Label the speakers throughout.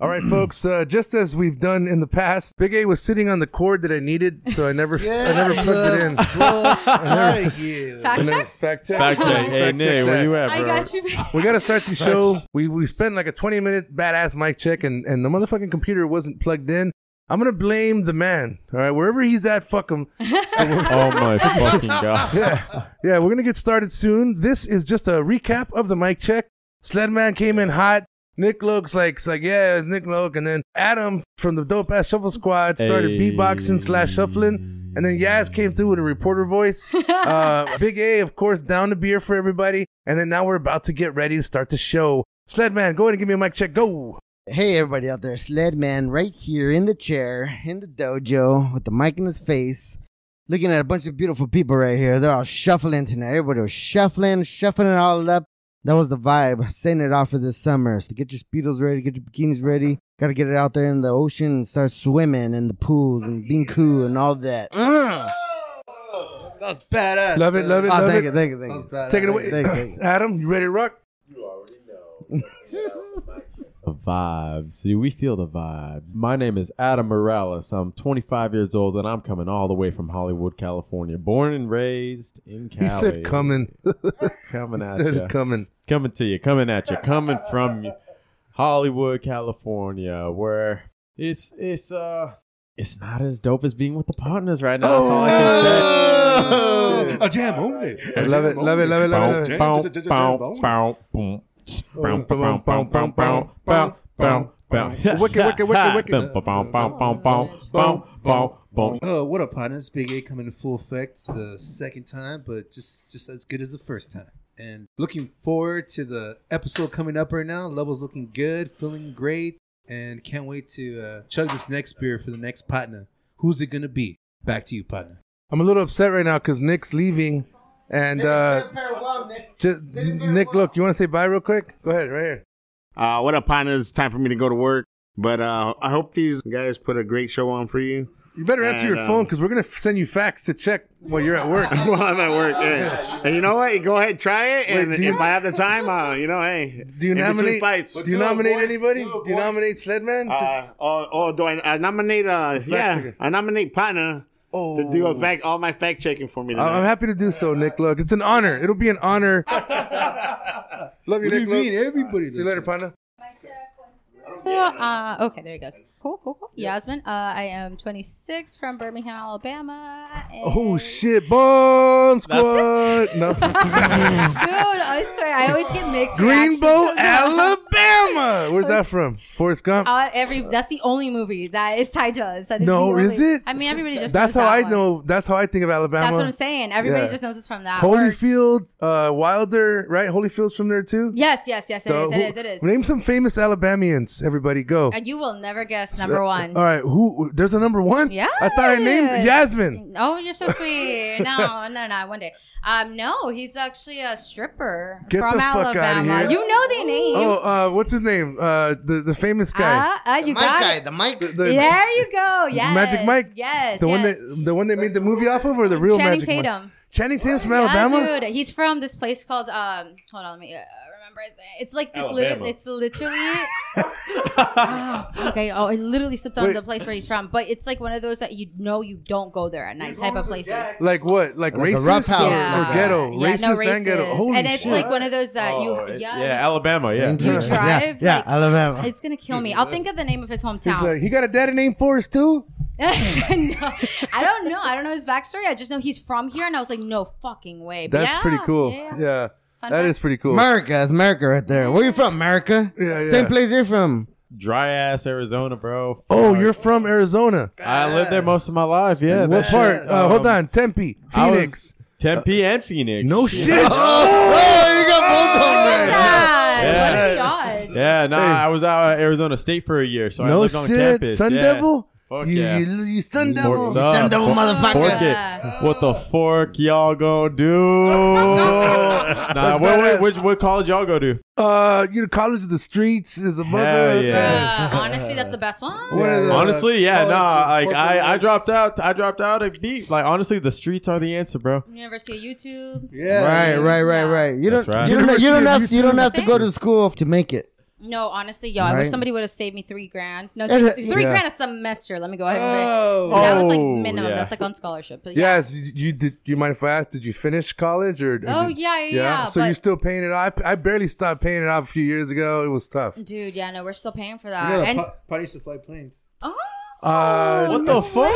Speaker 1: All right, folks. Uh, just as we've done in the past, Big A was sitting on the cord that I needed, so I never, I never plugged it in.
Speaker 2: out of you.
Speaker 1: I
Speaker 3: Fact
Speaker 1: never-
Speaker 3: check?
Speaker 1: fact check.
Speaker 4: Fact check. Hey,
Speaker 1: Fact
Speaker 4: Nick, E, where
Speaker 1: that.
Speaker 4: you at, bro?
Speaker 3: I got you.
Speaker 1: We gotta start the show. We we spent like a twenty minute badass mic check, and and the motherfucking computer wasn't plugged in. I'm gonna blame the man. All right, wherever he's at, fuck him.
Speaker 4: oh my fucking god!
Speaker 1: Yeah, yeah. We're gonna get started soon. This is just a recap of the mic check. Sledman came in hot. Nick looks like it's like yeah, it's Nick Loke, and then Adam from the dope ass shuffle squad started
Speaker 4: Hey.
Speaker 1: beatboxing slash shuffling, and then Yaz came through with a reporter voice. Uh, Big A, of course, down to beer for everybody, and then now we're about to get ready to start the show. Sledman, go ahead and give me a mic check. Go.
Speaker 2: Hey, everybody out there. Sled man right here in the chair, in the dojo, with the mic in his face, looking at a bunch of beautiful people right here. They're all shuffling tonight. Everybody was shuffling, shuffling it all up. That was the vibe. Setting it off for this summer. So get your speedos ready, get your bikinis ready. Got to get it out there in the ocean and start swimming in the pools and being cool and all that. Mm.
Speaker 5: That's badass.
Speaker 1: Love it, love it,
Speaker 2: Oh,
Speaker 1: love
Speaker 2: thank
Speaker 1: it.
Speaker 2: you, thank you, thank you.
Speaker 1: Take it away,
Speaker 2: Thank you, thank you.
Speaker 1: Adam. You ready to rock?
Speaker 4: The vibes, dude. We feel the vibes. My name is Adam Morales. I'm 25 years old, and I'm coming all the way from Hollywood, California. Born and raised in
Speaker 1: He
Speaker 4: Cali.
Speaker 1: said coming.
Speaker 4: coming at
Speaker 1: said
Speaker 4: you,
Speaker 1: coming.
Speaker 4: coming to you, coming at you, coming from you. Hollywood, California, where it's it's uh it's not as dope as being with the partners right now. That's all I can say.
Speaker 5: Oh, a jam only.
Speaker 1: I love it, love it, love it, love it, love it.
Speaker 4: Wicked,
Speaker 1: wicked, wicked, wicked.
Speaker 5: Oh, what up, partners? Big A coming in full effect the second time, but just just as good as the first time. And looking forward to the episode coming up right now. Level's looking good, feeling great, and can't wait to uh, chug this next beer for the next partner. Who's it gonna be? Back to you, partner.
Speaker 1: I'm a little upset right now because Nick's leaving, and uh, ju- Nick, look, you want to say bye real quick? Go ahead, right here.
Speaker 6: Uh, what up, partners? Time for me to go to work. But uh, I hope these guys put a great show on for you.
Speaker 1: You better answer your
Speaker 6: And, um,
Speaker 1: phone because we're gonna f- send you facts to check while you're at work.
Speaker 6: While I'm at work, yeah. And you know what? Go ahead, try it. And
Speaker 1: Wait, do you-
Speaker 6: if I have the time, uh, you know, hey.
Speaker 1: Do you
Speaker 6: in between
Speaker 1: nominate?
Speaker 6: Fights,
Speaker 1: Do you nominate anybody? Do you nominate Sledman?
Speaker 6: uh, or, or do I, I nominate? Uh, yeah,
Speaker 1: checker.
Speaker 6: I nominate partner
Speaker 1: oh,
Speaker 6: to do a fact, all my fact checking for
Speaker 4: Oh,
Speaker 6: me.
Speaker 1: I- I'm
Speaker 6: Tonight.
Speaker 1: happy to do so, Nick. Look, it's an honor. It'll be an honor. Love you,
Speaker 5: What do
Speaker 1: Nick.
Speaker 5: you
Speaker 1: Look.
Speaker 5: mean, everybody?
Speaker 1: See you later, partner.
Speaker 3: Uh, okay, there he goes. Cool, cool, cool. Yasmin, uh, I am 26 from Birmingham, Alabama. and-
Speaker 1: Oh shit, bomb squad. No,
Speaker 3: Dude, I swear, I always get mixed
Speaker 1: Greenbow,
Speaker 3: reactions.
Speaker 1: Alabama. Where's that from? Forrest Gump.
Speaker 3: Uh, every that's the only movie that is tied to us. That is
Speaker 1: No,
Speaker 3: the only-
Speaker 1: is it?
Speaker 3: I mean, everybody just.
Speaker 1: That's
Speaker 3: knows
Speaker 1: how
Speaker 3: that
Speaker 1: I
Speaker 3: one.
Speaker 1: know. That's how I think of Alabama.
Speaker 3: That's what I'm saying. Everybody
Speaker 1: Yeah.
Speaker 3: just knows it's from that. or-
Speaker 1: Holyfield, uh, Wilder, right? Holyfield's from there too.
Speaker 3: Yes, yes, yes. It
Speaker 1: So
Speaker 3: is. It
Speaker 1: who-
Speaker 3: is. It is.
Speaker 1: Name some famous Alabamians. Everybody, go.
Speaker 3: And you will never guess number one.
Speaker 1: All right, who? There's a number one.
Speaker 3: Yeah.
Speaker 1: I thought I named Yasmin.
Speaker 3: Oh, you're so sweet. No, no, no. One day. Um, no, he's actually a stripper
Speaker 1: Get
Speaker 3: from
Speaker 1: the fuck outta
Speaker 3: Alabama.
Speaker 1: here.
Speaker 3: You know the name.
Speaker 1: Oh, uh, what's his name? Uh, the the famous guy.
Speaker 3: Ah, ah, you
Speaker 2: The mic
Speaker 3: got
Speaker 2: guy,
Speaker 3: it.
Speaker 2: the mic.
Speaker 1: The-
Speaker 3: There you go. Yes.
Speaker 1: Magic Mike.
Speaker 3: Yes.
Speaker 1: the one
Speaker 3: yes.
Speaker 1: that the one they made the movie off of, or the real
Speaker 3: Channing
Speaker 1: Magic Mike?
Speaker 3: Tatum.
Speaker 1: Channing Tatum's from
Speaker 3: Yeah,
Speaker 1: Alabama.
Speaker 3: dude, he's from this place called um. Hold on, let me uh, remember. His name. It's like this. Little,
Speaker 4: Alabama.
Speaker 3: it's literally. oh, okay. Oh, I literally slipped on
Speaker 1: Wait.
Speaker 3: the place where he's from, but it's like one of those that you know you don't go there at night type of places.
Speaker 1: Like what? Like,
Speaker 2: Like a
Speaker 1: racist
Speaker 2: rough
Speaker 4: Oh
Speaker 1: or,
Speaker 2: house, like
Speaker 1: or
Speaker 2: that.
Speaker 1: ghetto?
Speaker 3: Yeah,
Speaker 1: racist,
Speaker 3: no,
Speaker 1: and ghetto.
Speaker 3: racist.
Speaker 1: Holy
Speaker 3: and it's
Speaker 1: shit!
Speaker 3: like one of those that you, yeah,
Speaker 4: Oh, Yeah, Alabama. Yeah.
Speaker 3: you drive.
Speaker 2: Yeah,
Speaker 3: like,
Speaker 2: yeah Alabama.
Speaker 3: it's gonna kill me. I'll think of the name of his
Speaker 1: He's
Speaker 3: hometown.
Speaker 1: like, "Hmm." he got a daddy named Forrest too.
Speaker 3: no, I don't know. I don't know his backstory. I just know he's from here, and I was like, no fucking way. But
Speaker 1: That's
Speaker 3: yeah,
Speaker 1: pretty cool.
Speaker 3: yeah.
Speaker 1: Yeah, that is
Speaker 3: fact.
Speaker 1: pretty cool.
Speaker 2: America. It's America right there. Where you from, America?
Speaker 1: Yeah, yeah.
Speaker 2: Same place you're from.
Speaker 4: dry ass Arizona, bro.
Speaker 1: Oh,
Speaker 4: Fuck.
Speaker 1: you're from Arizona.
Speaker 4: I lived there most of my life. Yeah.
Speaker 1: what
Speaker 4: that
Speaker 1: part?
Speaker 4: shit,
Speaker 1: uh,
Speaker 4: um,
Speaker 1: hold on, Tempe,
Speaker 4: I was-
Speaker 1: Phoenix.
Speaker 4: Tempe and Phoenix.
Speaker 1: No shit.
Speaker 2: Oh, you got both on
Speaker 3: Look at that.
Speaker 4: Yeah.
Speaker 3: What are the odds?
Speaker 4: Yeah, nah,
Speaker 1: Hey.
Speaker 4: I was out at Arizona State for a year, so I
Speaker 1: no
Speaker 4: lived on
Speaker 1: shit.
Speaker 4: campus.
Speaker 1: Sun
Speaker 4: yeah.
Speaker 1: Devil.
Speaker 4: Fuck
Speaker 1: You-
Speaker 4: yeah.
Speaker 1: You, you Sun
Speaker 4: Forks
Speaker 1: Devil.
Speaker 4: up.
Speaker 1: you Sun
Speaker 2: Uh,
Speaker 1: Devil,
Speaker 4: Fork-
Speaker 1: motherfucker.
Speaker 4: Fork
Speaker 3: Yeah.
Speaker 4: it. What the fork y'all gonna do? nah, what,
Speaker 1: badass.
Speaker 4: what, which, what college y'all go to?
Speaker 1: Uh, you know, College of the Streets is a mother.
Speaker 4: yeah.
Speaker 3: Bruh, honestly, that's the best one.
Speaker 5: One of the
Speaker 4: honestly, yeah,
Speaker 5: college
Speaker 4: nah. Like
Speaker 5: corporate
Speaker 4: I, I
Speaker 5: life.
Speaker 4: dropped out. I dropped out at beat. Like honestly, the streets are the answer, bro.
Speaker 3: University of YouTube.
Speaker 5: Yeah.
Speaker 2: Right, right, right,
Speaker 3: Yeah.
Speaker 2: right. You
Speaker 4: That's
Speaker 2: don't,
Speaker 4: right.
Speaker 2: you don't, you don't have, you don't have to
Speaker 3: thing.
Speaker 2: go to school to make it.
Speaker 3: No, honestly, yo, I
Speaker 2: Right.
Speaker 3: wish somebody would have saved me three grand. No,
Speaker 2: Yeah,
Speaker 3: three,
Speaker 2: yeah.
Speaker 3: three grand a semester. Let me go ahead and
Speaker 5: Oh.
Speaker 3: say that was like
Speaker 4: Oh,
Speaker 3: minimum.
Speaker 4: yeah.
Speaker 3: That's like on scholarship. But yeah.
Speaker 1: Yes, you, you did. You mind if I ask? Did you finish college or? or
Speaker 3: Oh
Speaker 1: did-
Speaker 3: yeah, yeah. yeah
Speaker 1: So
Speaker 3: but
Speaker 1: you're still paying it off. I barely stopped paying it off a few years ago. It was tough.
Speaker 3: dude, yeah, no, we're still paying for
Speaker 5: You
Speaker 3: that.
Speaker 5: know, the
Speaker 3: and
Speaker 5: pi- pilots that fly planes.
Speaker 3: oh,
Speaker 1: Uh,
Speaker 4: What the fuck?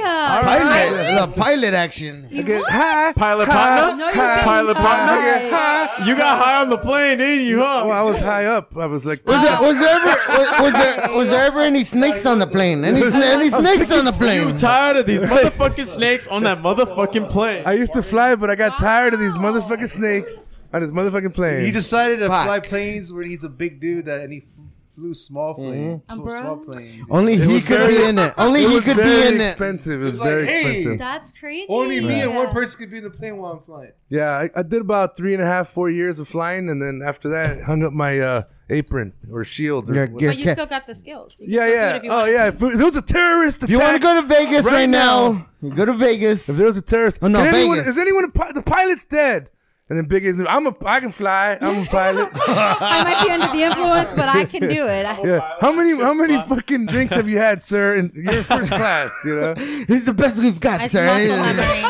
Speaker 3: yeah.
Speaker 2: Pilot, the pilot action.
Speaker 1: I get high,
Speaker 4: Pilot
Speaker 1: high,
Speaker 4: partner?
Speaker 3: No, you
Speaker 1: high,
Speaker 3: didn't.
Speaker 4: Pilot partner?
Speaker 1: I get high.
Speaker 4: You got high on the plane, didn't you? Huh?
Speaker 1: Oh, I was high up. I was like,
Speaker 2: Was there, was there ever, was, was there, was there ever any snakes on the plane? Any, sna- any snakes on the plane?
Speaker 4: tired of these motherfucking snakes on that motherfucking plane.
Speaker 1: I used to fly, but I got tired of these
Speaker 3: Wow.
Speaker 1: motherfucking snakes on this motherfucking plane.
Speaker 5: He decided to
Speaker 2: Fuck.
Speaker 5: fly planes when he's a big dude that and he flew small planes.
Speaker 3: Um,
Speaker 5: Flew
Speaker 3: bro.
Speaker 5: small planes.
Speaker 2: Only he
Speaker 1: was
Speaker 2: could be
Speaker 1: very-
Speaker 2: in it. Only
Speaker 1: it
Speaker 2: he
Speaker 1: was
Speaker 2: could
Speaker 1: very
Speaker 2: be in it.
Speaker 1: expensive. It was
Speaker 5: It's like,
Speaker 1: very
Speaker 5: hey.
Speaker 1: expensive.
Speaker 3: That's crazy.
Speaker 5: Only me and one
Speaker 3: Yeah.
Speaker 5: person could be in the plane while I'm flying.
Speaker 1: Yeah, I, I did about three and a half, four years of flying, and then after that, hung up my uh, apron or shield. Or
Speaker 2: Your-
Speaker 1: what-
Speaker 2: your
Speaker 3: But you
Speaker 2: ca-
Speaker 3: still got the skills. You can
Speaker 1: yeah,
Speaker 3: still do it
Speaker 1: yeah.
Speaker 3: if you
Speaker 1: Oh,
Speaker 3: want.
Speaker 1: yeah. If there was a terrorist attack.
Speaker 2: If you want to go to Vegas
Speaker 1: Right
Speaker 2: right now,
Speaker 1: now.
Speaker 2: you go to Vegas.
Speaker 1: If there was a terrorist,
Speaker 2: Oh, no,
Speaker 1: can anyone,
Speaker 2: Vegas.
Speaker 1: is anyone a pi- the pilot's dead? And then Big A's, I'm a, I can fly. I'm a pilot.
Speaker 3: I might be under the influence, but I can do it. I,
Speaker 1: yeah. How many, how many fucking drinks have you had, sir? And you're in first class, you know.
Speaker 2: He's the best we've got,
Speaker 3: I
Speaker 2: sir.
Speaker 3: smell celebrity.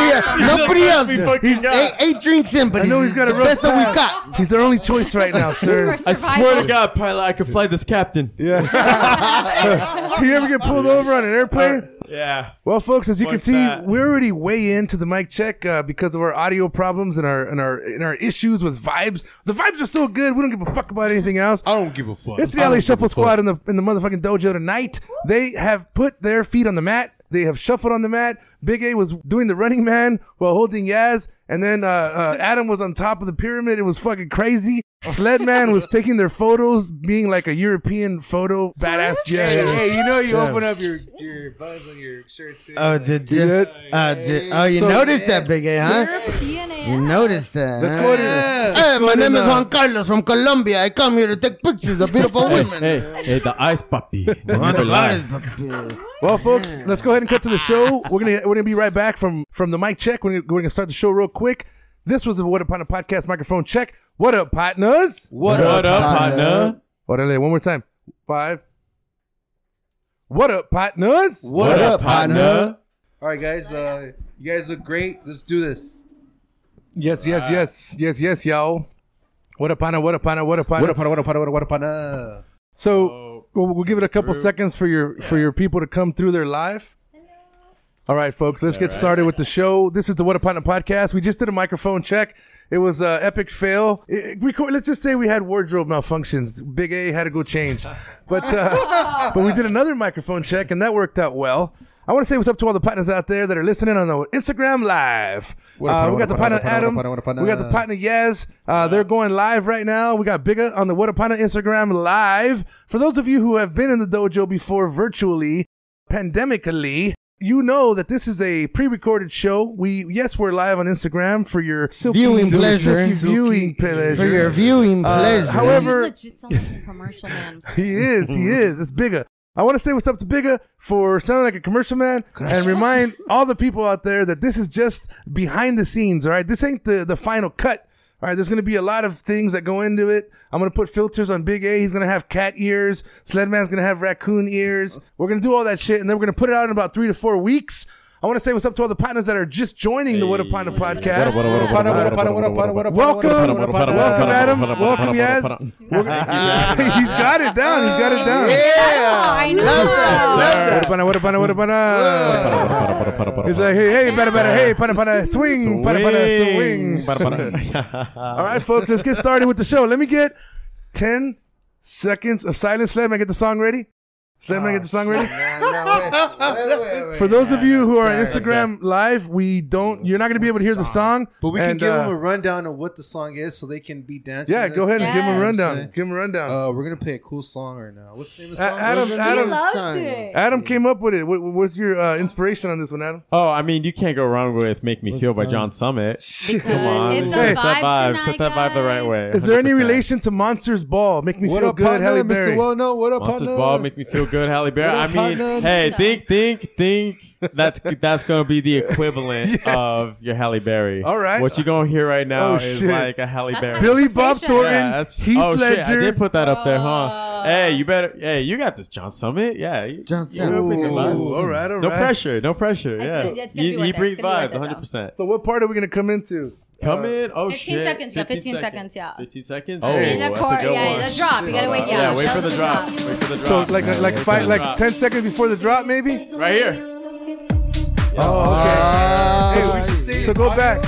Speaker 2: nobody, nobody else.
Speaker 4: we fucking
Speaker 2: He's eight,
Speaker 4: got.
Speaker 2: eight drinks in, but
Speaker 1: I know
Speaker 2: he's
Speaker 1: he's got a
Speaker 2: the
Speaker 1: rough
Speaker 2: best that we've
Speaker 1: past.
Speaker 2: got.
Speaker 1: He's our only choice right now,
Speaker 3: For
Speaker 1: sir.
Speaker 4: I swear to
Speaker 3: survival.
Speaker 4: God, pilot, I could fly this captain.
Speaker 1: Yeah. you ever get pulled over on an airplane?
Speaker 4: Yeah.
Speaker 1: Well, folks, as you can
Speaker 4: Fuck
Speaker 1: see,
Speaker 4: that.
Speaker 1: we're already way into the mic check uh, because of our audio problems and our and our and our issues with vibes. The vibes are so good, we don't give a fuck about anything else.
Speaker 5: I don't give a fuck.
Speaker 1: It's the LA Shuffle Squad in the in the motherfucking dojo tonight. They have put their feet on the mat. They have shuffled on the mat. Big A was doing the running man while holding Yaz, and then uh, uh, Adam was on top of the pyramid. It was fucking crazy. Sled Man was taking their photos, being like a European photo badass. Yeah, yeah, yeah.
Speaker 5: Hey, you know you
Speaker 1: Yeah.
Speaker 5: open up your your buttons on your shirt too.
Speaker 2: Oh, did you? Uh, did, oh, you noticed that, Big A, huh?
Speaker 3: European
Speaker 2: You
Speaker 3: AF.
Speaker 2: noticed that.
Speaker 1: Let's
Speaker 2: huh?
Speaker 1: go to
Speaker 2: Hey, my name is Juan Carlos from Colombia. I come here to take pictures of beautiful
Speaker 4: Hey,
Speaker 2: women.
Speaker 4: hey, hey, the ice puppy. They never lie.
Speaker 2: uh,
Speaker 1: Well, folks, let's go ahead and cut to the show. We're gonna we're gonna be right back from from the mic check. We're gonna, we're gonna start the show real quick. This was a What Up Partner podcast microphone check. What up, partners?
Speaker 4: What up, partner?
Speaker 1: Orale, one more time. Five. What up, partners?
Speaker 5: What up?
Speaker 4: partner?
Speaker 5: All right, guys. Uh, you guys look great. Let's do this.
Speaker 1: Yes, yes, yes, yes, yes, y'all. What up, partner? What up, partner? What up, partner?
Speaker 5: What up? What up? What up? What up?
Speaker 1: So we'll, we'll give it a couple seconds for your for your people to come through their live. All right, folks, let's get started with the show. This is the What a Partner podcast. We just did a microphone check. It was an epic fail. It- it record, let's just say we had wardrobe malfunctions. Big A had to go change, but uh, but we did another microphone check and that worked out well. I want to say what's up to all the partners out there that are listening on the Instagram live.
Speaker 5: a
Speaker 1: Uh,
Speaker 5: partner,
Speaker 1: we got the
Speaker 5: what a
Speaker 1: partner
Speaker 5: partner,
Speaker 1: Adam.
Speaker 5: what a partner, what a partner.
Speaker 1: We got the partner Yaz. Uh, they're going live right now. We got Bigga on the What a Partner Instagram live. For those of you who have been in the dojo before virtually, pandemically, you know that this is a pre-recorded show. We yes, we're live on Instagram for your silky,
Speaker 2: Viewing
Speaker 1: silky
Speaker 2: pleasure.
Speaker 1: viewing pleasure.
Speaker 2: For your viewing
Speaker 1: Uh,
Speaker 2: pleasure.
Speaker 1: however-
Speaker 3: You legit sound like a commercial man.
Speaker 1: He is. He is. It's Bigga. I want to say what's up to Bigga for sounding like a commercial man and remind all the people out there that this is just behind the scenes. All right. This ain't the, the final cut. All right. There's going to be a lot of things that go into it. I'm going to put filters on Big A. He's going to have cat ears. Sledman's going to have raccoon ears. We're going to do all that shit. And then we're going to put it out in about three to four weeks. I want to say what's up to all the partners that are just joining the What a Partner podcast.
Speaker 4: What up, what up, what up, what up, what up, what up, what up, what up,
Speaker 1: Welcome, welcome, Adam. Welcome, Yaz. We're gonna- He's got it down. He's got it down.
Speaker 2: yeah.
Speaker 3: Oh, I know.
Speaker 2: Love that. Love that.
Speaker 1: What a pana, what a pana, what a pana. He's like, hey, hey, pana, pana, hey, pana, pana, swing, pana, pana, swing.
Speaker 4: Swing.
Speaker 1: All right, folks, let's get started with the show. Let me get 10 seconds of silence. Sledman, get the song ready. Sledman, get the song
Speaker 5: Ah,
Speaker 1: ready. For
Speaker 2: For
Speaker 1: those of you who are on Instagram live, we don't. You're not going to be able to hear the song,
Speaker 5: But we can
Speaker 1: and,
Speaker 5: give
Speaker 1: uh,
Speaker 5: them a rundown of what the song is, so they can be dancing.
Speaker 1: Yeah,
Speaker 5: to
Speaker 1: go
Speaker 5: this.
Speaker 1: ahead and give him a
Speaker 3: Yes.
Speaker 1: rundown. Give him a rundown.
Speaker 5: Uh, we're gonna play a cool song right now. What's the name of the
Speaker 1: A-
Speaker 5: song?
Speaker 1: Adam-
Speaker 5: Logan?
Speaker 1: Adam-
Speaker 3: loved
Speaker 2: Simon.
Speaker 3: it.
Speaker 1: Adam came up with it. What, what's your uh, inspiration on this one, Adam?
Speaker 4: Oh, I mean, you can't go wrong with "Make Me Feel" by John Summit. Come on,
Speaker 3: it's a
Speaker 4: set
Speaker 3: vibe
Speaker 4: that vibe, set that
Speaker 3: tonight,
Speaker 4: vibe the right
Speaker 3: guys.
Speaker 4: way.
Speaker 1: Is there any
Speaker 4: 100%.
Speaker 1: relation to Monsters Ball? Make me
Speaker 5: What
Speaker 1: feel
Speaker 5: up,
Speaker 1: good,
Speaker 5: partner,
Speaker 1: Halle
Speaker 5: Mr.
Speaker 1: Berry.
Speaker 5: Well, no, what up,
Speaker 4: Monsters
Speaker 5: partner?
Speaker 4: Ball make me feel good, Halle Berry. I
Speaker 5: What up,
Speaker 4: mean,
Speaker 5: partner?
Speaker 4: hey, think, think, think. That's that's gonna be the equivalent of your Halle Berry.
Speaker 1: All right.
Speaker 4: what you gonna hear right now
Speaker 1: Oh,
Speaker 4: is
Speaker 1: shit.
Speaker 4: like a Halle Berry.
Speaker 1: Billy Bob
Speaker 3: Yeah,
Speaker 1: Thornton,
Speaker 4: that's-
Speaker 1: Heath
Speaker 4: oh,
Speaker 1: Ledger.
Speaker 4: Shit, I did put that up there, huh?
Speaker 3: Uh,
Speaker 4: Hey, you better. Hey, you got this, John Summit. Yeah, you-
Speaker 2: John
Speaker 4: you know,
Speaker 2: Summit.
Speaker 4: bring the
Speaker 2: Ooh,
Speaker 4: vibes.
Speaker 1: all right, all
Speaker 4: no
Speaker 1: right.
Speaker 4: pressure, no pressure.
Speaker 3: It's-
Speaker 4: Yeah,
Speaker 3: it's gonna be
Speaker 4: you,
Speaker 3: worth
Speaker 4: you
Speaker 3: it.
Speaker 4: bring
Speaker 3: It's gonna be worth
Speaker 4: vibes,
Speaker 3: it, though.
Speaker 4: 100. percent
Speaker 1: So what part are we gonna come into?
Speaker 4: Come in. Oh
Speaker 3: 15
Speaker 4: shit.
Speaker 3: seconds, yeah, 15 seconds, yeah.
Speaker 4: 15 seconds.
Speaker 3: Oh,
Speaker 4: Oh,
Speaker 3: in the
Speaker 4: that's
Speaker 3: court,
Speaker 4: a good
Speaker 3: yeah,
Speaker 4: one.
Speaker 3: the drop. You gotta wait. Yeah,
Speaker 4: Yeah, wait
Speaker 3: that
Speaker 4: for the
Speaker 3: was
Speaker 4: drop. Wait for the
Speaker 1: So
Speaker 4: drop.
Speaker 1: like like five like
Speaker 4: drop.
Speaker 1: ten seconds before the drop, maybe.
Speaker 4: right here.
Speaker 2: Uh,
Speaker 1: Hey, we should see. So go back.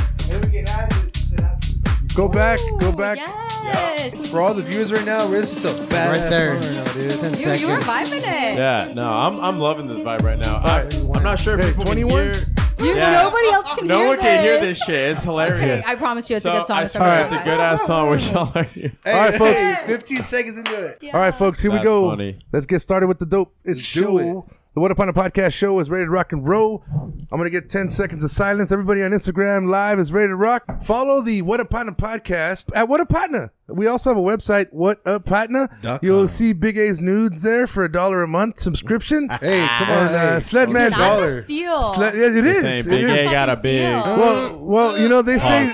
Speaker 1: Go back. Go
Speaker 3: Ooh,
Speaker 1: back.
Speaker 3: Yes.
Speaker 5: For all the viewers right now, we're listening to a badass
Speaker 2: Right there.
Speaker 5: song right now, dude.
Speaker 2: Ten
Speaker 3: You, you were
Speaker 2: seconds.
Speaker 3: vibing it.
Speaker 4: Yeah, no, I'm I'm loving this vibe right now. I, I'm not sure if people
Speaker 1: 21?
Speaker 4: 21? can hear.
Speaker 3: You,
Speaker 4: Yeah.
Speaker 3: Nobody else can
Speaker 4: No
Speaker 3: hear
Speaker 4: one
Speaker 3: this.
Speaker 4: can hear this shit. It's
Speaker 3: Okay,
Speaker 4: hilarious.
Speaker 3: I promise you, it's
Speaker 4: so
Speaker 3: a good song.
Speaker 4: I
Speaker 3: It's a
Speaker 4: swear
Speaker 1: right.
Speaker 3: good
Speaker 4: it's a
Speaker 3: song.
Speaker 4: good ass song. Which y'all are here.
Speaker 5: Hey,
Speaker 1: All right, folks.
Speaker 5: hey, 15 seconds into it.
Speaker 3: Yeah.
Speaker 1: All right, folks, here we
Speaker 4: That's
Speaker 1: go.
Speaker 4: funny.
Speaker 1: Let's get started with the dope. It's
Speaker 5: Let's do
Speaker 1: show.
Speaker 5: it.
Speaker 1: The What Upon a Podcast show is ready to rock and roll. I'm going to get 10 seconds of silence. Everybody on Instagram live is ready to rock. Follow the What Upon a Podcast at What a Partner. We also have a website, What Up Partner.
Speaker 5: Dot com.
Speaker 1: You'll see Big A's nudes there for a dollar a month subscription.
Speaker 5: Hey, come on,
Speaker 1: And, uh,
Speaker 5: hey.
Speaker 1: Sledman
Speaker 3: That's
Speaker 1: Dollar.
Speaker 3: a steal.
Speaker 1: Sle- yeah, it is.
Speaker 4: This ain't
Speaker 1: It
Speaker 4: Big
Speaker 1: is.
Speaker 4: A got a big.
Speaker 3: Seal.
Speaker 1: Well, well, you know, they say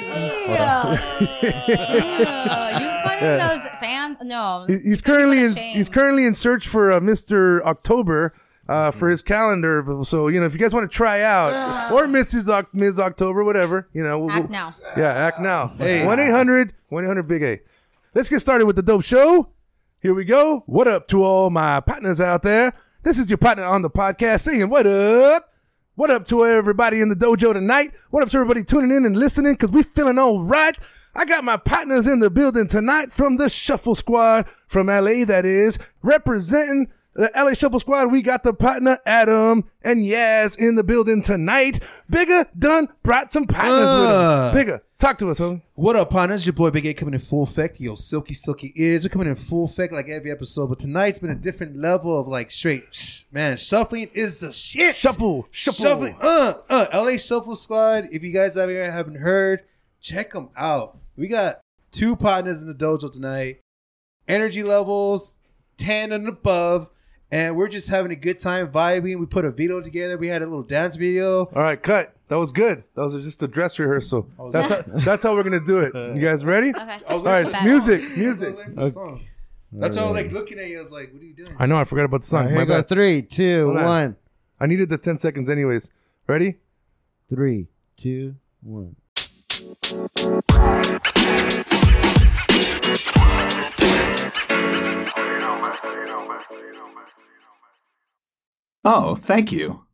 Speaker 3: Yeah. you put in those fan. No.
Speaker 1: He-
Speaker 3: you
Speaker 1: he's
Speaker 3: put people
Speaker 1: currently in
Speaker 3: shame.
Speaker 1: he's currently in search for uh, Mr. October uh, for his calendar. But- So you know, if you guys want to try out or Mrs. Oc- Ms. October, whatever, you know, we'll-
Speaker 3: Act
Speaker 1: we'll-
Speaker 3: now.
Speaker 1: Yeah, act now. One 800 one 800 Big A. Let's get started with the dope show. Here we go. What up to all my partners out there? This is your partner on the podcast singing what up. What up to everybody in the dojo tonight? What up to everybody tuning in and listening? Cause we feeling all right. I got my partners in the building tonight from the Shuffle Squad from LA, that is, representing the LA Shuffle Squad. We got the partner Adam and Yaz in the building tonight. Bigger done brought some partners
Speaker 5: Uh.
Speaker 1: with him. Bigger, talk to us, homie.
Speaker 5: What up, partners? Your boy Big A coming in full effect. Yo, silky, silky ears. We're coming in full effect like every episode, but tonight's been a different level of like straight. Shh, man, shuffling is the shit.
Speaker 1: Shuffle, shuffle.
Speaker 5: Shuffling. Uh, uh. LA Shuffle Squad. If you guys out here haven't heard, check them out. We got two partners in the dojo tonight. Energy levels, 10 and above. And we're just having a good time vibing. We put a video together. We had a little dance video.
Speaker 1: All right, cut. That was good. That was just a dress rehearsal. That's how, that's how we're gonna do it. You guys ready?
Speaker 3: Okay.
Speaker 1: All right, music, music.
Speaker 5: That's all. Like looking at you, I was like, "What are you doing?"
Speaker 1: I know I forgot about the song.
Speaker 2: Here
Speaker 1: My
Speaker 2: we go.
Speaker 1: bad.
Speaker 2: Three, two,
Speaker 1: Hold on.
Speaker 2: one.
Speaker 1: I needed the ten seconds anyways. Ready?
Speaker 2: Three, two, one.
Speaker 7: Oh, thank you.